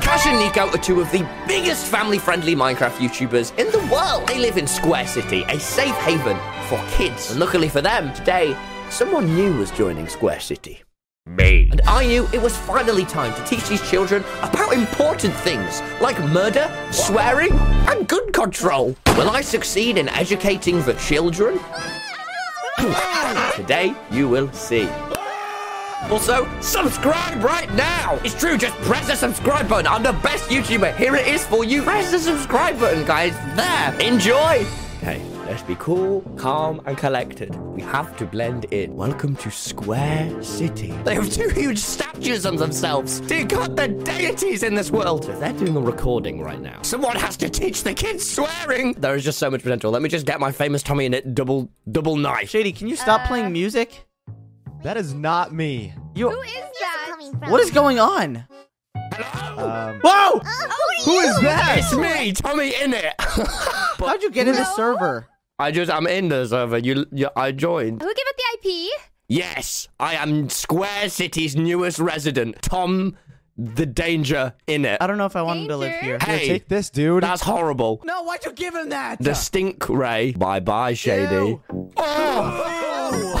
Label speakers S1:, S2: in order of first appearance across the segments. S1: Josh and Nico are two of the biggest family friendly Minecraft YouTubers in the world. They live in Square City, a safe haven for kids. And luckily for them, today, someone new was joining Square City.
S2: Me.
S1: And I knew it was finally time to teach these children about important things like murder, swearing, and gun control. Will I succeed in educating the children? Today, you will see. Also, subscribe right now! It's true, just press the subscribe button. I'm the best YouTuber. Here it is for you. Press the subscribe button, guys. There. Enjoy! Okay, let's be cool, calm, and collected. We have to blend in. Welcome to Square City. They have two huge statues of themselves. Dear God, they're deities in this world. If they're doing a recording right now, someone has to teach the kids swearing. There is just so much potential. Let me just get my famous Tommy in it double double knife.
S3: Shady, can you stop
S4: Uh,
S3: playing music?
S5: That is not me.
S3: You.
S4: Who is that?
S3: What is going on?
S5: Um,
S1: Whoa!
S4: Oh,
S5: who is that?
S1: It's me, Tommy in it.
S3: How'd you get in the
S4: No.
S3: server?
S1: I just I'm in the server. You, you I joined.
S4: Who gave it the IP?
S1: Yes, I am Square City's newest resident, Tom the Danger in it.
S3: I don't know if I want him to live here.
S4: Danger.
S1: Hey,
S5: Take this, dude.
S1: that's horrible.
S3: No, why'd you give him that?
S1: The stink ray. Bye bye, Shady. Oh!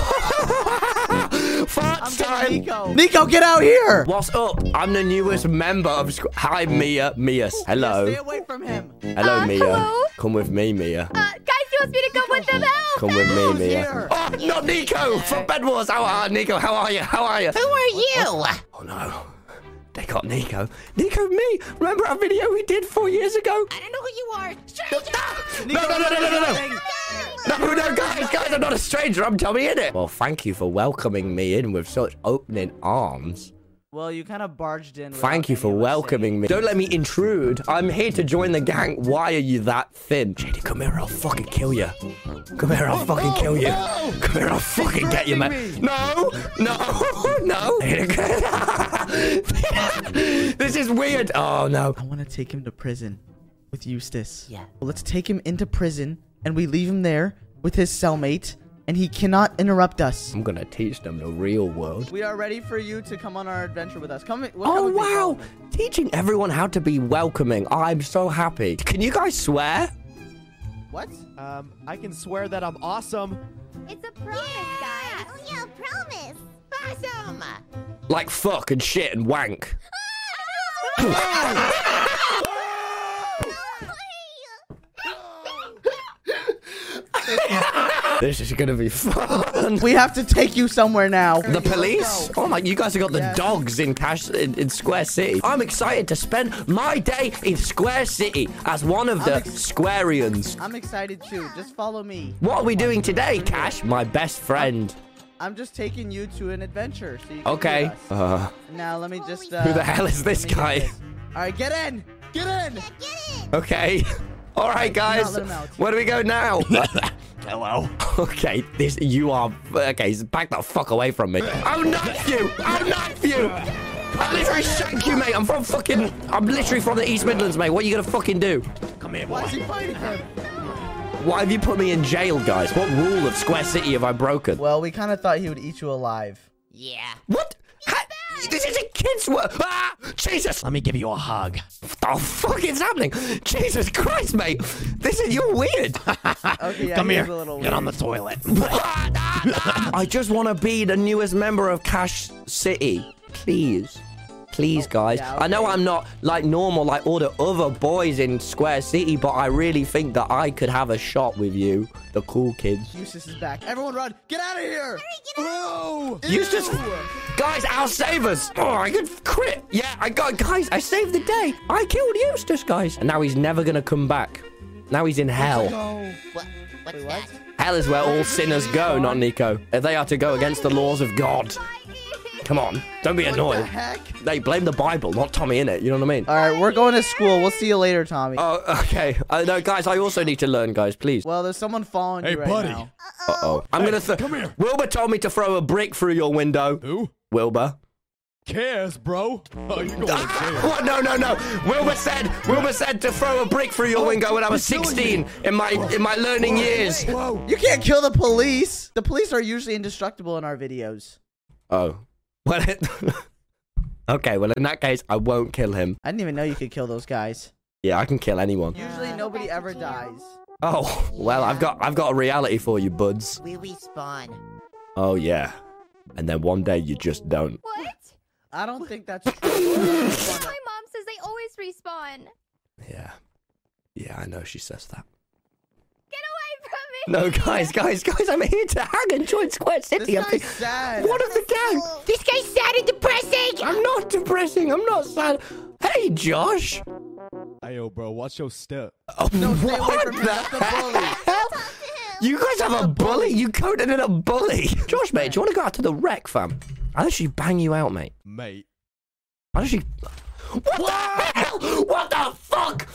S1: First time.
S3: Nico. Nico, get out here!
S1: What's up? I'm the newest member of. Squ-
S3: Oh.
S1: Hi, Mia. Mia.
S3: Stay
S1: Hello.
S3: away from him.
S1: Hello,
S4: Uh,
S1: Mia.
S4: hello?
S1: Come with me, Mia.
S4: Uh, guys, you want me to go with them? Help!
S1: Come with me,
S3: Who's
S1: Mia.
S3: here?
S1: Oh, not Nico from Bed Wars. How are Nico? How are you? How are you?
S6: Who are you?
S1: Oh no. They got Nico. Nico, me. Remember our video we did four years ago?
S6: I don't know who you are.
S1: No, no, no, no, no, no, no. No, no, guys, guys, I'm not a stranger. I'm Tommy in it. Well, thank you for welcoming me in with such opening arms.
S3: Well, you kind of barged in. without
S1: Thank you for
S3: any of us
S1: welcoming me. Don't let me intrude. I'm here to join the gang. Why are you that thin? Shady, come here. I'll fucking kill you. Come here. I'll fucking kill you. Come here. I'll fucking get you, man. No, no, no. this is weird. Oh no.
S3: saying. I want to take him to prison with Eustace.
S6: Yeah.
S3: Well, let's take him into prison and we leave him there with his cellmate and he cannot interrupt us.
S1: I'm gonna teach them the real world.
S3: We are ready for you to come on our adventure with us. Come. We'll
S1: Oh wow! Teaching everyone how to be welcoming. I'm so happy. Can you guys swear?
S3: What?
S5: Um, I can swear that I'm awesome.
S4: It's a promise, guys. Oh, yeah, promise.
S6: Awesome.
S1: Like fuck and shit and wank. This is gonna be fun.
S3: We have to take you somewhere now.
S1: The police? Oh my, you guys have got the dogs in Cash in, in Square City. I'm excited to spend my day in Square City as one of the
S3: ex-
S1: Squarians.
S3: I'm excited too. Just follow me.
S1: What are we doing today, Cash? My best friend.
S3: I'm just taking you to an adventure. So you can
S1: Okay.
S3: meet us.
S1: Uh,
S3: Now let me just. Uh,
S1: who the hell is this
S3: let me get
S1: guy?
S3: this. All right, get in. Get in.
S1: Okay. All right,
S3: let
S1: guys.
S3: him out.
S1: Where do we go now? Hello. Okay, this you are. Okay, so back the fuck away from me. Oh, I'll knife you. I'll knife you. I literally shank you, mate. I'm from fucking. I'm literally from the East Midlands, mate. What are you gonna fucking do? Come here, boy.
S3: Why is he fighting him?
S1: Why have you put me in jail, guys? What rule of Square City have I broken?
S3: Well, we kind of thought he would eat you alive.
S6: Yeah.
S1: What? Ha- This is a kid's world. Ah, Jesus. Let me give you a hug. What the fuck is happening? Jesus Christ, mate. This is, you're weird.
S3: Okay, yeah, Come here. A little Get on the toilet.
S1: I just want to be the newest member of Cash City. Please. Please, guys.
S3: yeah,
S1: I know I'm not like normal, like all the other boys in Square City, but I really think that I could have a shot with you, the cool kids.
S3: Eustace is back. Everyone run. Get out of here.
S1: Eustace, guys, I'll save us. Oh, I could quit. Yeah, I got, guys, I saved the day. I killed Eustace, guys. And now he's never going to come back. Now he's in hell.
S6: What? What's that?
S1: Hell is where all sinners go, not Nico. They are to go against the laws of God. Come on, don't be
S3: What the
S1: annoyed.
S3: heck?
S1: They blame the Bible, not Tommy in it. You know what I mean?
S3: All right, we're going to school. We'll see you later, Tommy.
S1: oh, okay. Uh, no, guys, I also need to learn, guys. Please.
S3: well, there's someone following you right
S5: buddy.
S3: now.
S1: Uh-oh. I'm gonna. Th- come here. Wilbur told me to throw a brick through your window.
S5: Who
S1: Wilbur.
S5: cares, bro? Oh, you're going
S1: Ah, what? No, no, no. Wilbur said. Wilbur said to throw a brick through your window when I was 16 in my in my learning years.
S5: Whoa.
S3: You can't kill the police. The police are usually indestructible in our videos.
S1: Oh. What? Oh. Okay, well, in that case, I won't kill him.
S3: I didn't even know you could kill those guys.
S1: Yeah, I can kill anyone.
S3: Usually nobody ever dies.
S1: Oh, well, I've got I've got a reality for you, buds.
S6: We respawn.
S1: Oh yeah. And then one day you just don't.
S2: What?
S3: I don't think that's true.
S2: My mom says they always respawn.
S1: Yeah. Yeah, I know she says that.
S2: Get away from me!
S1: No, guys, guys, guys, I'm here to hang and join Square
S3: this
S1: City. I'm
S3: guy's sad.
S1: one of the gang.
S6: This guy's sad and depressing.
S1: I'm not depressing. I'm not sad. Hey, Josh.
S5: Ayo, bro, watch your step.
S1: Oh, no,
S3: Stay away from him. That's the bully.
S1: You guys have a bully. You coded in a bully. Josh, mate, do you want to go out to the wreck, fam? I'll actually bang you out, mate.
S5: Mate.
S1: I'll actually. What the hell? What the fuck?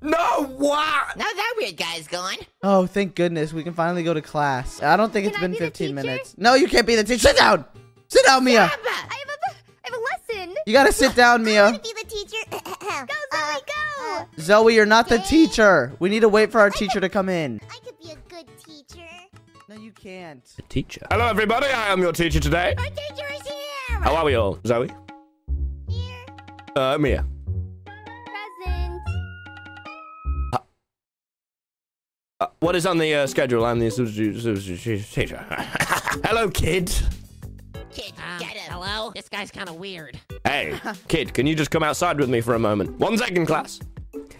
S1: No, what?
S6: Now that weird guy's gone.
S3: Oh, thank goodness. We can finally go to class. I don't think
S2: Can
S3: it's
S2: I
S3: been
S2: be the
S3: 15
S2: teacher?
S3: minutes. No, you can't be the teacher. Sit down. Sit down, Mia.
S2: I have a, I have a lesson.
S3: You gotta sit down,
S4: I'm
S3: Mia.
S4: gonna be the teacher. Uh, go,
S2: Zoe, go!
S3: Zoe, you're not the
S4: Okay.
S3: teacher. We need to wait for our teacher to come in.
S4: I could be a good teacher.
S3: No, you can't.
S1: Teacher. Hello, everybody. I am your teacher today.
S4: Our teacher is here.
S1: How are we all? Zoe?
S4: Here.
S1: Uh, Mia.
S2: Present.
S1: Uh, what is on the uh, schedule? I'm the substitute substitute teacher. Hello, kid.
S6: Kid, get him. Hello? This guy's kind of weird.
S1: Hey, kid, can you just come outside with me for a moment? One second, class.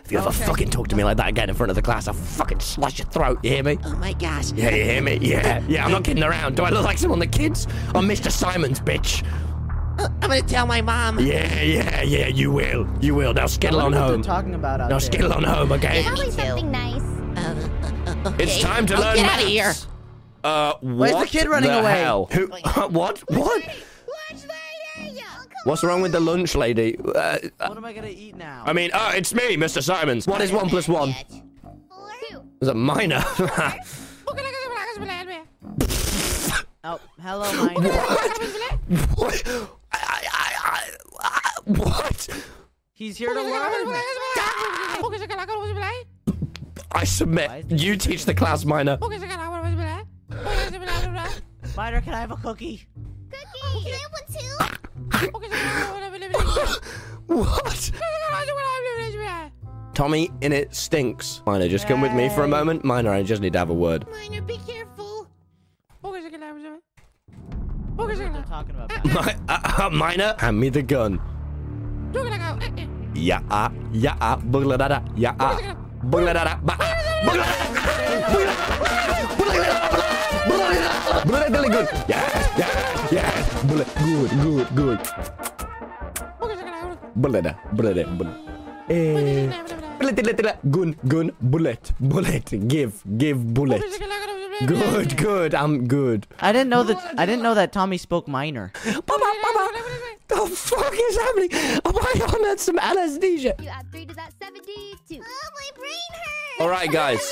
S1: If you ever fucking talk to me like that again in front of the class, I'll fucking slash your throat. You hear me?
S6: Oh my gosh.
S1: Yeah, you hear me? Yeah, yeah, I'm not kidding around. Do I look like someone the kids? I'm Mr. Simons, bitch.
S6: I'm gonna tell my mom.
S1: Yeah, yeah, yeah, you will. You will. Now skittle on
S3: I wonder what
S1: home.
S3: they're talking about out
S1: Now
S3: there.
S1: skittle on home, okay?
S2: Tell me something nice.
S1: It's time to
S6: Oh,
S1: learn
S6: get
S1: maths.
S6: outta here.
S1: Uh,
S3: Where's the
S1: what
S3: kid running away?
S1: hell? Who, what? What?
S4: Watch later.
S1: What's wrong with the lunch lady? Uh,
S3: What am I gonna eat now?
S1: I mean, oh, it's me, Mr. Simons. What is one plus one?
S2: Two.
S1: Is it minor?
S3: oh, hello, Miner.
S1: What? What? I, I, I, I, what?
S3: He's here to learn.
S1: I submit. You teach the class, minor.
S3: Miner, can I have a cookie?
S4: Cookie. Oh, Can I have one too?
S1: What? Tommy, in it stinks. Minor, just come with me for a moment. Minor, I just need to have a word.
S6: Minor, be careful.
S3: They're talking about
S1: Mi- uh, uh, minor, hand me the gun. Yeah, ah, yeah, ah, boogla da da, yeah, ah, boogla da da, ba, ah, boogla da da, boogla da da, boogla da da, boogla da da, boogla da da, boogla da da, boogla good. Yes, yes, yes, boogla, good, good, good. Boogla da, boogla da, boogla. Eh, boogla da da da da, gun, gun, bullet, bullet, give, give, bullet. Good, good, I'm good.
S3: I didn't know that. I didn't know that Tommy spoke Miner.
S1: Papa, papa, the fuck is happening? Am I on that some LSD shit?
S2: You add three to that 72.
S4: Oh, my brain hurts.
S1: All right, guys.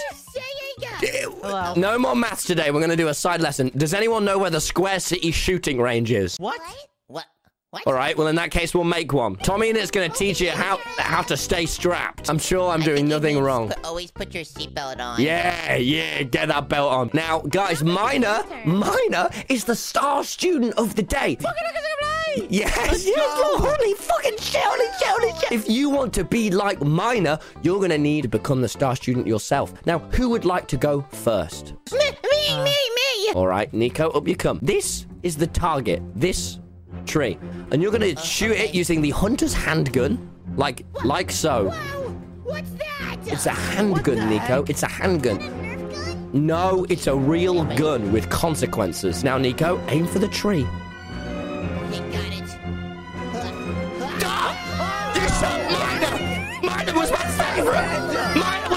S3: Hello.
S1: No more maths today. We're going to do a side lesson. Does anyone know where the Square City shooting range is?
S3: What?
S6: What? What?
S1: All right, well, in that case, we'll make one. Tommy and it's going to teach you how, how to stay strapped. I'm sure I'm
S6: I think
S1: doing
S6: it
S1: nothing
S6: means
S1: wrong.
S6: put- always put your seatbelt on.
S1: Yeah, yeah, get that belt on. Now, guys, Minor, Minor is the star student of the day. Yes, yes, holy fucking shit, holy shit, holy shit. If you want to be like Minor, you're gonna need to become the star student yourself. Now, who would like to go first?
S6: Me, me, me, me.
S1: All right, Nico, up you come. This is the target, this tree. And you're gonna shoot it using the hunter's handgun, like, like so.
S6: What's that?
S1: It's a handgun, Nico. It's a handgun.
S4: Nerf gun?
S1: No, it's a real gun with consequences. Now, Nico, aim for the tree.
S6: He got it.
S1: Ah! You shot Minor! Minor was my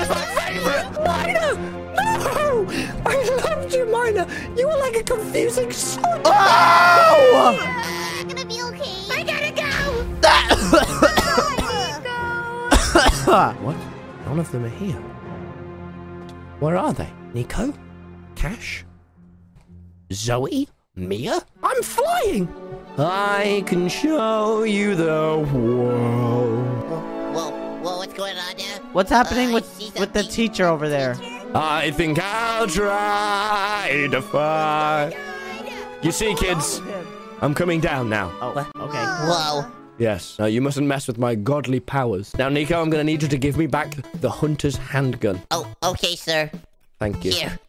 S1: favorite! Minor was my favorite! Minor! No! I loved you, Minor! You were like a confusing son!
S3: Oh!
S4: I'm gonna be okay. I gotta
S1: What? None of them are here. Where are they? Nico? Cash? Zoe? Mia? I'm flying! I can show you the world.
S6: Whoa, whoa, what's going on there?
S3: What's happening
S6: Uh,
S3: with
S6: she's a
S3: with the
S6: big-
S3: teacher over there?
S1: I think I'll try to fly. You see, kids, I'm coming down now.
S3: Oh, okay.
S4: go.
S6: Whoa,
S1: Yes. Now, you mustn't mess with my godly powers. Now, Nico, I'm going to need you to give me back the hunter's handgun.
S6: Oh, okay, sir.
S1: Thank you.
S6: Here.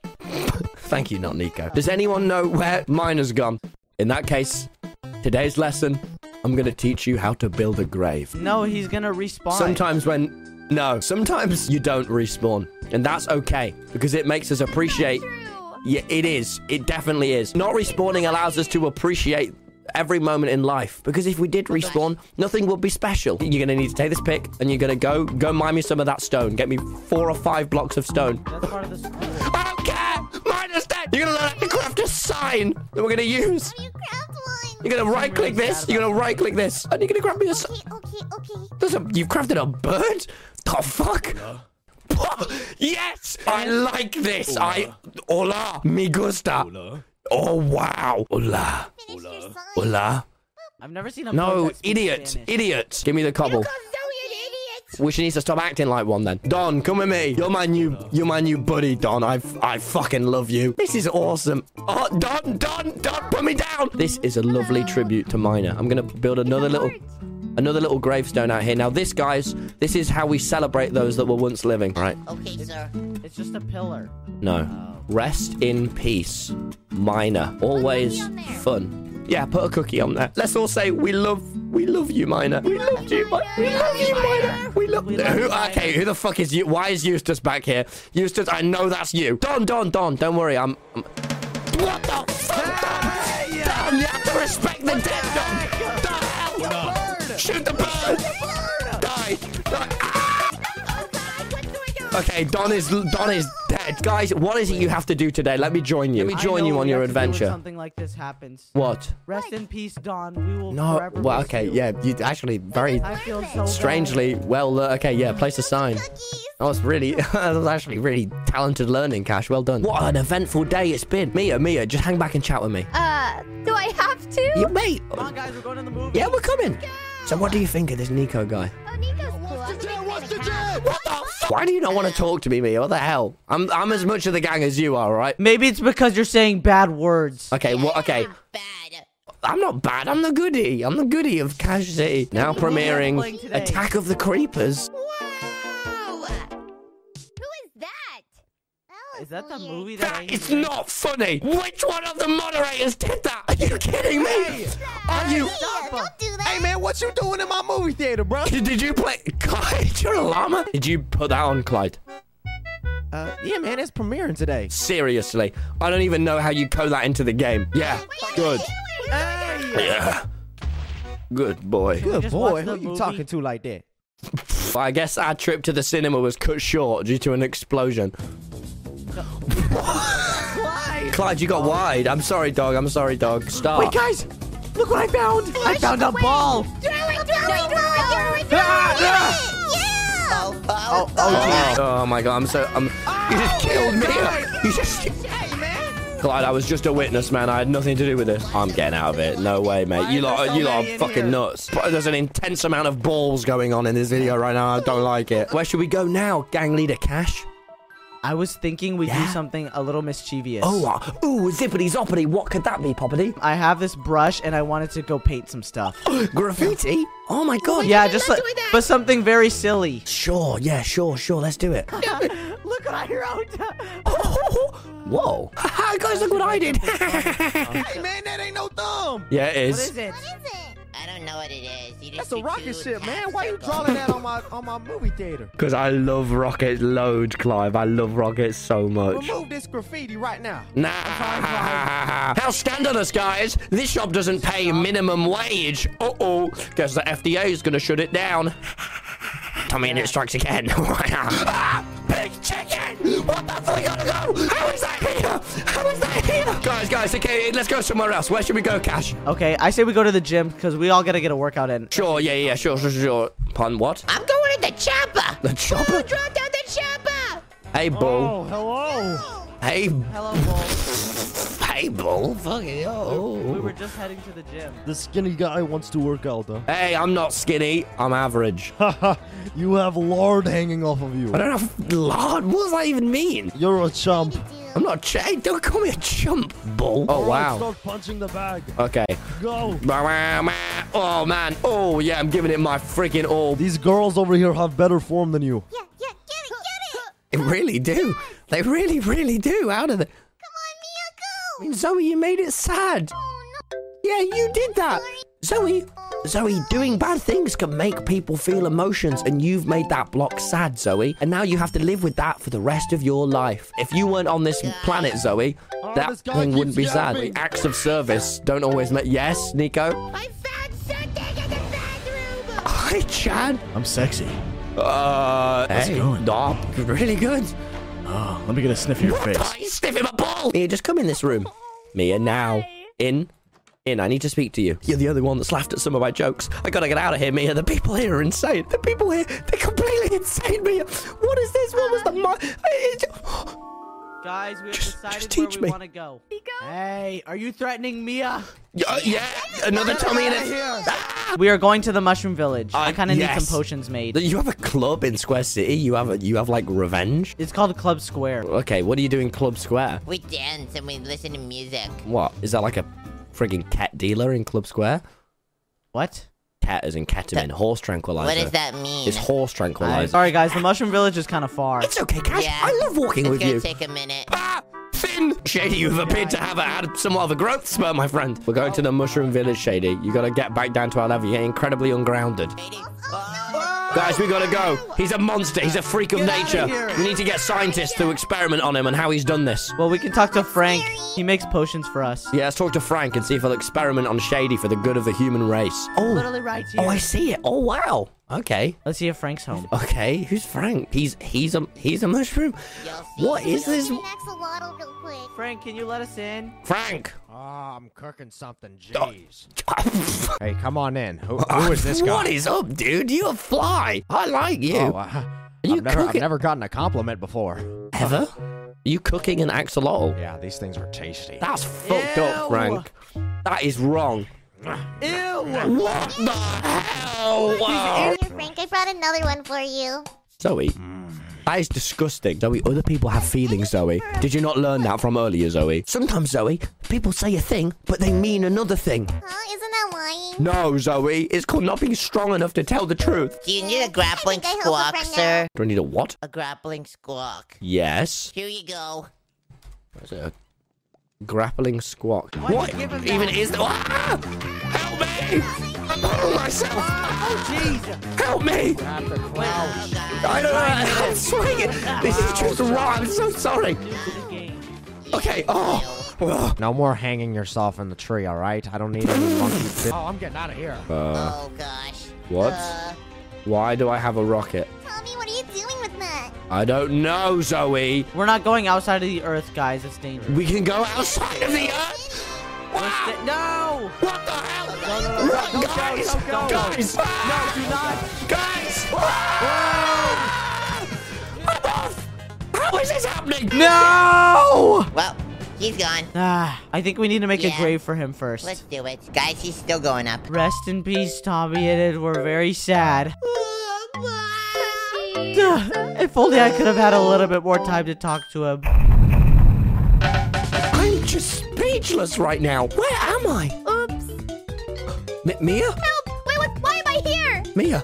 S1: Thank you, not Nico. Does anyone know where mine has gone? In that case, today's lesson, I'm going to teach you how to build a grave.
S3: No, he's gonna respawn.
S1: Sometimes when. No, sometimes you don't respawn. And that's okay, because it makes us appreciate. Yeah, it is. It definitely is. Not respawning allows us to appreciate every moment in life. Because if we did respawn, nothing would be special. You're gonna need to take this pick and you're gonna go go mine me some of that stone. Get me four or five blocks of stone.
S3: That's part of the school.
S1: I don't care! Mine is dead! You're gonna learn how to craft a sign that we're gonna use.
S4: You grabbed one.
S1: You're gonna right click this, you're gonna right click this, and you're gonna grab me a sign.
S4: Okay, okay, okay.
S1: There's a, you've crafted a bird? The fuck? yes! I like this! I. Hola! Me gusta!
S5: Hola.
S1: Oh, wow! Hola!
S4: Finish your sign.
S1: Hola!
S3: I've never seen a
S1: No,
S3: book that speaks
S1: idiot!
S3: Spanish.
S1: Idiot! Give me the cobble. Which needs to stop acting like one then. Don, come with me. You're my new you're my new buddy, Don. I f- I fucking love you. This is awesome. Oh Don, Don, Don, put me down! This is a lovely tribute to Miner. I'm gonna build another little another little gravestone out here. Now this guys, this is how we celebrate those that were once living. All right.
S6: Okay, sir.
S3: It's just a pillar.
S1: No. Rest in peace, Miner. Always
S2: on there.
S1: fun. Yeah, put a cookie on there. Let's all say we love, we love you, Miner. We loved you, Miner. We love you, Miner. We love.
S3: We love
S1: Who,
S3: you, Miner.
S1: okay, who the fuck is you? Why is Eustace back here? Eustace, I know that's you. Don, Don, Don. Don't worry, I'm. I'm... What the fuck? Don? Don, you have to respect the dead, Don. What the hell? Shoot the bird. Die. Die. Ah! Okay, Don is Don is dead. Guys, what is it you have to do today? Let me join you. Let me
S3: I
S1: join
S3: know
S1: you
S3: what
S1: on
S3: we
S1: your
S3: have to do when
S1: adventure.
S3: Something like this happens.
S1: What?
S3: Rest in peace, Don. We will
S1: No.
S3: forever
S1: Well,
S3: miss
S1: okay,
S3: you.
S1: yeah. You actually very
S3: I feel so bad.
S1: strangely well. Uh, okay, yeah. Place a sign.
S4: Cookies.
S1: That was really, that was actually really talented learning, Cash. Well done. What an eventful day it's been. Mia, Mia, just hang back and chat with me.
S2: Uh, do I have to?
S1: Yeah, mate.
S3: Come on, guys, we're going to the movie.
S1: Yeah, we're coming. So, what do you think of this Nico guy?
S2: Oh, Nico's cool. I'm a big fan of cats.
S1: What the? F- Why do you not want to talk to me, Mia? What the hell? I'm I'm as much of the gang as you are, all right?
S3: Maybe it's because you're saying bad words.
S1: Okay. What? Okay.
S6: Bad.
S1: I'm not bad. I'm the goody. I'm the goody of Cash City. Now
S3: playing
S1: premiering
S3: today?
S1: Attack of the Creepers.
S2: Wow! Who is that?
S3: Is that the
S4: weird.
S3: movie that, I
S1: That is not funny. Which one of the moderators did that? Are you kidding me? Are you?
S4: Yeah, don't do that.
S5: Hey man, what you doing in my movie theater, bro?
S1: Did you play Clyde? You're a llama. Did you put that on Clyde?
S5: Uh, yeah, man, it's premiering today.
S1: Seriously, I don't even know how you code that into the game. Yeah, good. Yeah. Good boy.
S5: Good
S3: just
S5: boy,
S3: watched
S5: who
S3: the
S5: you
S3: movie.
S5: talking to like that?
S1: Well, I guess our trip to the cinema was cut short due to an explosion. Clyde, you got wide. I'm sorry, dog. I'm sorry, dog. Stop.
S5: Wait, guys, look what I found.
S3: I found a ball.
S4: Throw it, throw it, throw it, throw it,
S5: Ah, ah.
S4: throw it. Yeah.
S6: Oh, oh,
S1: Oh, oh my god, I'm so. I'm, you just killed me. You just. Clyde, I was just a witness, man. I had nothing to do with this. I'm getting out of it. No way, mate. You lot, you lot are fucking nuts. But there's an intense amount of balls going on in this video right now. I don't like it. Where should we go now, gang leader Cash?
S3: I was thinking we do
S1: Yeah.
S3: something a little mischievous.
S1: Oh, uh, ooh, zippity zoppity. What could that be, Poppity?
S3: I have this brush and I wanted to go paint some stuff.
S1: Graffiti? Oh my god.
S3: yeah, just like, but something very silly.
S1: Sure, yeah, sure, sure. Let's do it.
S3: Look what I wrote.
S1: Whoa. Haha, Guys, look what I did.
S5: Hey man, that ain't no thumb.
S1: yeah, it is.
S3: What is it?
S6: I don't know what it is. You just
S5: That's a
S6: do two
S5: rocket
S6: and
S5: ship,
S6: half
S5: man. Why you
S6: circles.
S5: drawing that on my on my movie theater?
S1: Because I love rockets load, Clive. I love rockets so much.
S5: Remove this graffiti right now.
S1: Nah. How stand on us, guys? This job doesn't pay minimum wage. Uh oh. Guess the FDA is going to shut it down. Tommy and it strikes again. ah, big chicken! What the fuck? We gotta go! How is that here? How is that here? Guys, guys, okay, let's go somewhere else. Where should we go, Cash?
S3: Okay, I say we go to the gym because we all gotta get a workout in.
S1: Sure, yeah, yeah, sure, sure, sure. Pun what?
S6: I'm going to the chopper.
S1: The chopper?
S6: Drop down the chopper.
S1: Hey, Bull.
S5: hello.
S1: Hey,
S3: Hello, Bull.
S1: hey, Bull. Fucking oh.
S3: We were just heading to the gym.
S7: The skinny guy wants to work out, huh?
S1: Hey, I'm not skinny. I'm average.
S7: You have lard hanging off of you.
S1: I don't have lard. What does that even mean?
S7: You're a chump.
S4: Dude.
S1: I'm not. Ch- hey, don't call me a chump, bull. Oh wow.
S7: Start punching the bag.
S1: Okay.
S7: Go.
S1: Oh man. Oh yeah. I'm giving it my freaking all.
S7: These girls over here have better form than you.
S4: Yeah, yeah, get it, get it!
S1: They really do. They really, really do. How do they?
S4: Come on, Mia,
S1: I
S4: go! Oh,
S1: mean, Zoe, you made it sad. Yeah, you did that. Zoe, Zoe, doing bad things can make people feel emotions, and you've made that block sad, Zoe. And now you have to live with that for the rest of your life. If you weren't on this planet, Zoe,
S7: Oh,
S1: that
S7: this guy
S1: thing wouldn't be
S7: keeps
S1: sad.
S7: yapping.
S1: Acts of service don't always make. Yes, Nico?
S4: I found something in the bathroom!
S1: Hi, Chad.
S8: I'm sexy.
S1: Uh, hey,
S8: it going?
S1: nah, really good.
S8: Oh, let me get a sniff of your face.
S1: You sniff him a ball. Oh, Mia, just come in this room. Mia, now. In. In. I need to speak to you. You're the other one that's laughed at some of my jokes. I gotta get out of here, Mia. The people here are insane. The people here, they're completely insane, Mia. What is this? What was the. Mo-
S9: Guys, we have
S1: Just-
S9: decided
S1: just teach
S9: where
S1: me.
S9: we want to go. Hey, are you threatening Mia?
S1: yeah, yeah, another tummy in it.
S3: We are going to the mushroom village. I
S1: Uh,
S3: kind of need
S1: yes.
S3: some potions made.
S1: You have a club in Square City. You have a, you have like revenge.
S3: It's called Club Square.
S1: Okay, what do you do in Club Square?
S6: We dance and we listen to music.
S1: What is that like a frigging cat dealer in Club Square?
S3: What?
S1: Cat as in ketamine, horse tranquilizer.
S6: What does that mean?
S1: It's horse
S3: I'm
S1: tranquilizer.
S3: sorry, guys. The mushroom village is kind of far.
S1: It's okay, Cash.
S6: Yeah.
S1: I love walking
S6: it's
S1: with
S6: gonna
S1: you.
S6: take a minute.
S1: ah! Finn! Shady, you've appeared to have a, had somewhat of a growth spurt, my friend. We're going to the Mushroom Village, Shady. You gotta get back down to our level. You're incredibly ungrounded.
S4: Oh,
S1: Guys, we gotta go. He's a monster. He's a freak of nature. We need to get scientists to experiment on him and how he's done this.
S3: Well, we can talk to Frank. He makes potions for us.
S1: Yeah, let's talk to Frank and see if he'll experiment on Shady for the good of the human race. Oh,
S9: Literally right here.
S1: oh, I see it. Oh, wow. Okay.
S3: Let's see if Frank's home.
S1: Okay, who's Frank? He's he's a he's a mushroom. What is this?
S4: An axolotl real quick.
S9: Frank, can you let us in?
S1: Frank.
S5: Ah, I'm cooking something. Jeez.
S1: Who
S5: Hey, come on in. Who, who is this guy?
S1: What is up, dude? You're a fly. I like you.
S5: Oh, uh,
S1: you
S5: I've, never, I've
S1: cooking-
S5: never gotten a compliment before.
S1: Ever? Are you cooking an axolotl?
S5: Yeah, these things are tasty.
S1: That's fucked up,
S9: Ew.
S1: Frank. That is wrong.
S9: Ew!
S1: What the hell? Wow.
S4: Here, Frank, I brought another one for you.
S1: Zoe. That is disgusting. Zoe, other people have feelings, Zoe. Did you not learn that from earlier, Zoe? Sometimes, Zoe, people say a thing, but they mean another thing.
S4: Huh? Isn't that lying?
S1: No, Zoe, it's called not being strong enough to tell the truth.
S6: Do you need a grappling
S4: I hope
S6: squawk,
S4: right now.
S6: sir?
S1: Do I need a what?
S6: A grappling squawk.
S1: Yes.
S6: Here you go.
S1: Is it a grappling squawk? what even is the. Ah! Help me! I'm hurting myself! Help me!
S6: Oh, God.
S1: I don't know. I'm swinging. This is just wrong. I'm so sorry. Okay. Oh. Ugh.
S5: No more hanging yourself in the tree, all right? I don't need any monkey fit. Oh, I'm getting out of here.
S6: oh, gosh.
S1: What?
S6: Uh,
S1: Why do I have a rocket?
S4: Tommy, what are you doing with that?
S1: I don't know, Zoe.
S3: We're not going outside of the Earth, guys. It's dangerous.
S1: We can go outside of the earth. Wow.
S3: No!
S1: What the hell? What? guys, guys, Ah!
S3: Do not!
S1: guys! Ah! I'm off. How is this happening?
S3: No!
S6: well, he's gone.
S3: Ah, I think we need to make a
S6: Yeah.
S3: grave for him
S6: Let's
S3: first.
S6: do it. Guys, he's still going up.
S3: Rest in peace, Tommy and Ed. We're very sad. Ugh, if only I could have had a little bit more time to talk to him.
S1: I'm just speechless right now. Where am I?
S4: Oops.
S1: M- Mia?
S4: Help! Wait, what? Why am I here?
S1: Mia,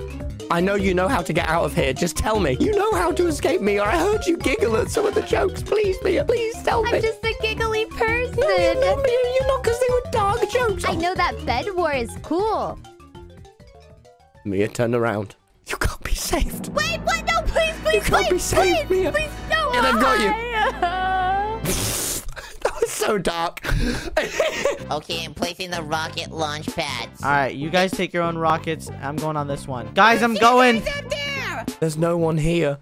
S1: I know you know how to get out of here. Just tell me. You know how to escape, Mia. I heard you giggle at some of the jokes. Please, Mia, please tell me.
S2: I'm just a giggly person.
S1: No, you know, Mia, you know, because they were dark jokes. Oh,
S2: I know that bed war is cool.
S1: Mia, turn around. You can't be saved.
S4: Wait, what? No, please,
S1: You
S4: please,
S1: can't be
S4: please,
S1: saved, Mia.
S4: please, no!
S1: And I've got you.
S2: Hi.
S1: That was so dark.
S6: Okay, I'm placing the rocket launch pads.
S1: Uh,
S3: Alright, you guys take your own rockets. I'm going on this one. Guys, I'm going!
S1: There's no one here.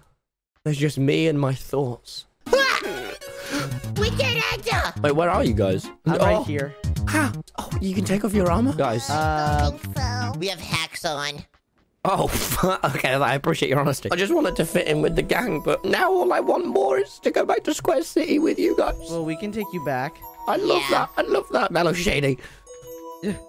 S1: There's just me and my thoughts.
S4: We can't end up!
S1: Wait, where are you guys?
S3: I'm
S1: oh,
S3: right here.
S1: ah. Oh, you can take off your armor? Guys.
S3: Uh,
S4: think so.
S6: We have hacks on.
S1: Oh, okay. I appreciate your honesty. I just wanted to fit in with the gang, but now all I want more is to go back to Square City with you guys.
S3: well, we can take you back.
S1: I love
S6: yeah.
S1: that. I love that, Mellow Shady.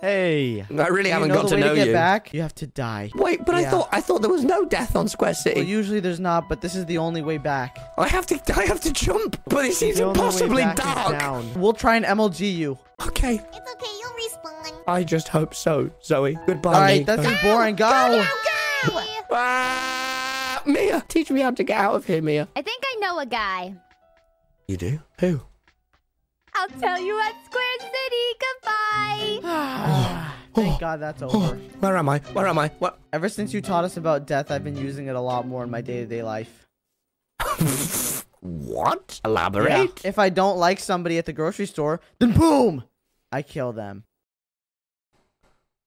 S5: Hey.
S1: I really haven't
S3: you know
S1: got to
S3: the way
S1: know
S3: to get
S1: you.
S3: back, you have to die.
S1: Wait, but I
S3: Yeah.
S1: thought I thought there was no death on Square City.
S3: Well, usually there's not, but this is the only way back.
S1: I have to I have to jump, but it seems
S5: The only way
S1: impossibly
S5: back is
S1: dark.
S5: down.
S3: We'll try and MLG you.
S1: Okay,
S4: It's okay, you'll respawn.
S1: I just hope so, Zoe. Goodbye.
S3: All right,
S1: Nico.
S3: that's too boring. Go.
S4: Go!
S1: Ah, Mia, teach me how to get out of here, Mia.
S2: I think I know a guy.
S1: You do? Who?
S2: I'll tell you at Square City. Goodbye.
S3: Thank God that's over.
S1: Where am I? Where am I? What?
S3: Ever since you taught us about death, I've been using it a lot more in my day-to-day life.
S1: What?
S3: Yeah.
S1: Elaborate.
S3: If I don't like somebody at the grocery store, then boom, I kill them.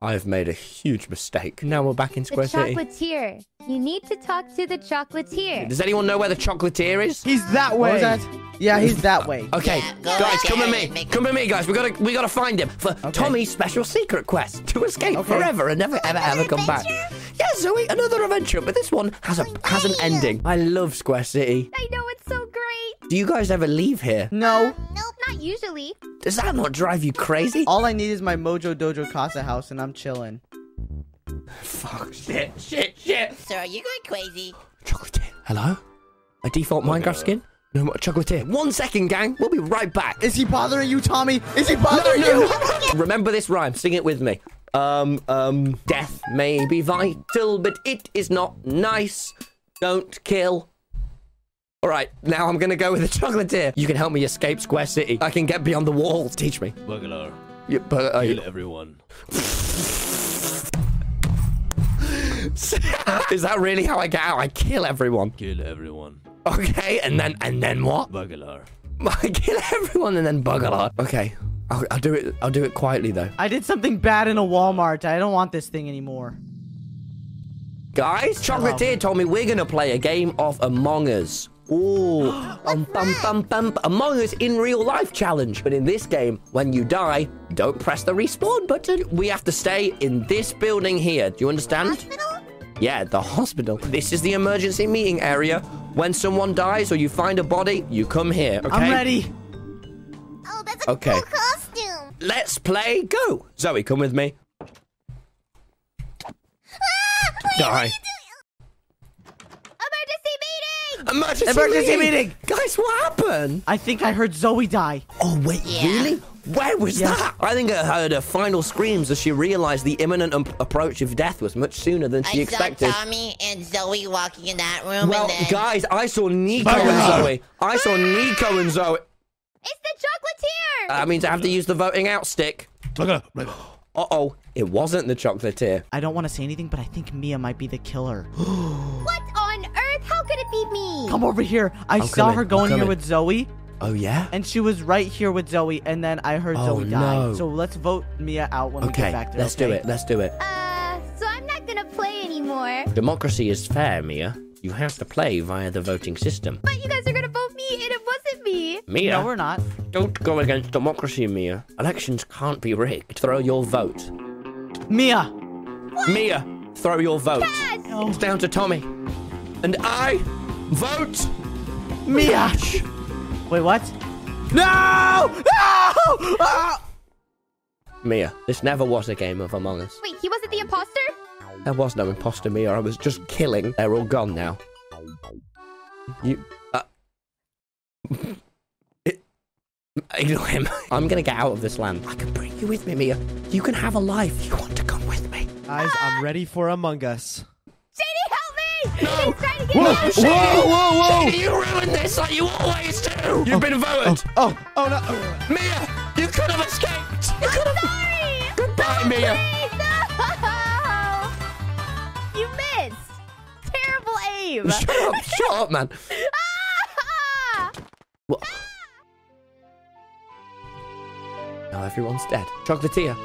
S1: I have made a huge mistake. Now we're back in
S2: The
S1: Square City.
S2: chocolatier. You need to talk to the chocolatier.
S1: Does anyone know where the chocolatier is?
S5: He's that
S3: What was
S5: way.
S3: that? Yeah, he's that way.
S1: Okay,
S6: Yeah, go
S1: guys,
S6: back
S1: come with
S6: and
S1: me.
S6: make-
S1: Come with me, guys. We gotta, we gotta find him for Tommy's special secret quest to escape forever and never, ever, ever come back. Yeah, Zoe, another adventure, but this one has a has an ending. I love Square City.
S2: I know it's so great.
S1: Do you guys ever leave here?
S3: No,
S4: Nope,
S2: Not usually.
S1: Does that not drive you crazy?
S3: all I need is my Mojo Dojo Casa house, and I'm chilling.
S1: fuck! Shit! Shit! Shit!
S6: Sir, are you going crazy?
S1: Chocolatier. Hello? A default Minecraft skin? Uh, No more chocolatier. One second, gang. We'll be right back.
S3: Is he bothering you, Tommy? Is he bothering you?
S1: Remember this rhyme. Sing it with me. Um, um, death may be vital, but it is not nice. Don't kill. All right, now I'm gonna go with the chocolatier. You can help me escape Square City. I can get beyond the walls. Teach me.
S8: Burglar.
S1: Yeah, but uh, I-
S8: Kill everyone.
S1: is that really how I get out? I kill everyone.
S8: Kill everyone.
S1: Okay, and then and then what?
S8: Burglar.
S1: I kill everyone and then bugger lot. Okay, I'll, I'll do it. I'll do it quietly though.
S3: I did something bad in a Walmart. I don't want this thing anymore.
S1: Guys, Chocolatier told me we're gonna play a game of Among Us. Ooh, um, bum, bum, bum, Among Us in real life challenge. But in this game, when you die, don't press the respawn button. We have to stay in this building here. Do you understand?
S4: hospital?
S1: Yeah, the hospital. This is the emergency meeting area. When someone dies or you find a body, you come here. Okay.
S3: I'm ready.
S4: Oh, that's a
S1: Okay.
S4: cool costume.
S1: Let's play. Go. Zoe, come with me. Die.
S2: Emergency meeting.
S1: Emergency,
S3: Emergency
S1: meeting.
S3: meeting.
S1: Guys, what happened?
S3: I think I heard Zoe die.
S1: Oh, wait, really? Where was that? I think I heard her final screams as she realized the imminent um- approach of death was much sooner than she
S6: I
S1: expected.
S6: saw Tommy and Zoe walking in that room.
S1: Well,
S6: and then...
S1: guys, I saw Nico and Zoe. I saw Nico and Zoe.
S2: It's the chocolatier.
S1: That means I have to use the voting out stick.
S8: Burglar. Burglar.
S1: Uh oh, it wasn't the chocolatier.
S3: I don't want to say anything, but I think Mia might be the killer.
S2: what on earth? How could it be me?
S3: Come over here. I saw
S1: coming,
S3: her
S1: I'm
S3: going here
S1: coming.
S3: with Zoe,
S1: Oh, yeah?
S3: and she was right here with Zoe, and then I heard
S1: Oh,
S3: Zoe die.
S1: no.
S3: So let's vote Mia out when we get
S1: Okay,
S3: back there.
S1: let's do
S3: okay?
S1: it. Let's do it.
S2: Uh, so I'm not gonna play anymore.
S1: Democracy is fair, Mia. You have to play via the voting system.
S2: But you guys are gonna vote me, and it wasn't me.
S1: Mia,
S3: No, we're not.
S1: don't go against democracy, Mia. Elections can't be rigged. Throw your vote.
S3: Mia.
S1: Mia, throw your vote.
S2: Yes.
S1: It's down to Tommy. And I vote.
S3: Mia. Wait, what? No! No! Ah!
S1: Mia, this never was a game of Among Us.
S2: Wait, he wasn't the imposter?
S1: There was no imposter, Mia. I was just killing. They're all gone now. You. Uh, It- Ignore him. I'm gonna get out of this land. I can bring you with me, Mia. You can have a life. You want to come with me?
S5: Guys, I'm ready for Among Us.
S2: JD, help me! No. He's trying to get
S7: Whoa,
S2: out.
S7: whoa, whoa, whoa!
S1: You ruined this like you always do. You've been voted.
S5: Oh! Oh, oh no.
S1: Mia, you could have escaped. You could have. Goodbye, Mia.
S2: Please, no! You missed. Terrible aim.
S1: Shut up, shut up, man.
S2: Ah!
S1: What? Now everyone's dead. Chocolatier.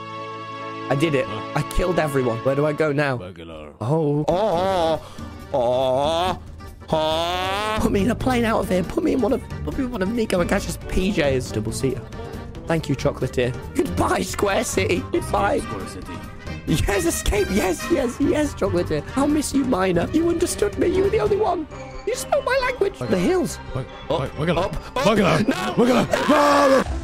S1: I did it. I killed everyone. Where do I go now?
S8: Burglar.
S1: Oh. Oh. Oh. Oh. Put me in a plane out of here. Put me in one of put me in one of Nico and Cash's PJs. Double seater. Thank you, Chocolatier. Goodbye, Square City. Goodbye.
S8: Square City.
S1: Yes, escape. Yes, yes, yes, Chocolatier. I'll miss you, Miner. You understood me. You were the only one. You spoke my language. The hills.
S8: Burglar.
S1: Up,
S5: Oh,
S8: Burglar.
S1: up, up.
S8: Burglar.
S1: No.
S8: Burglar.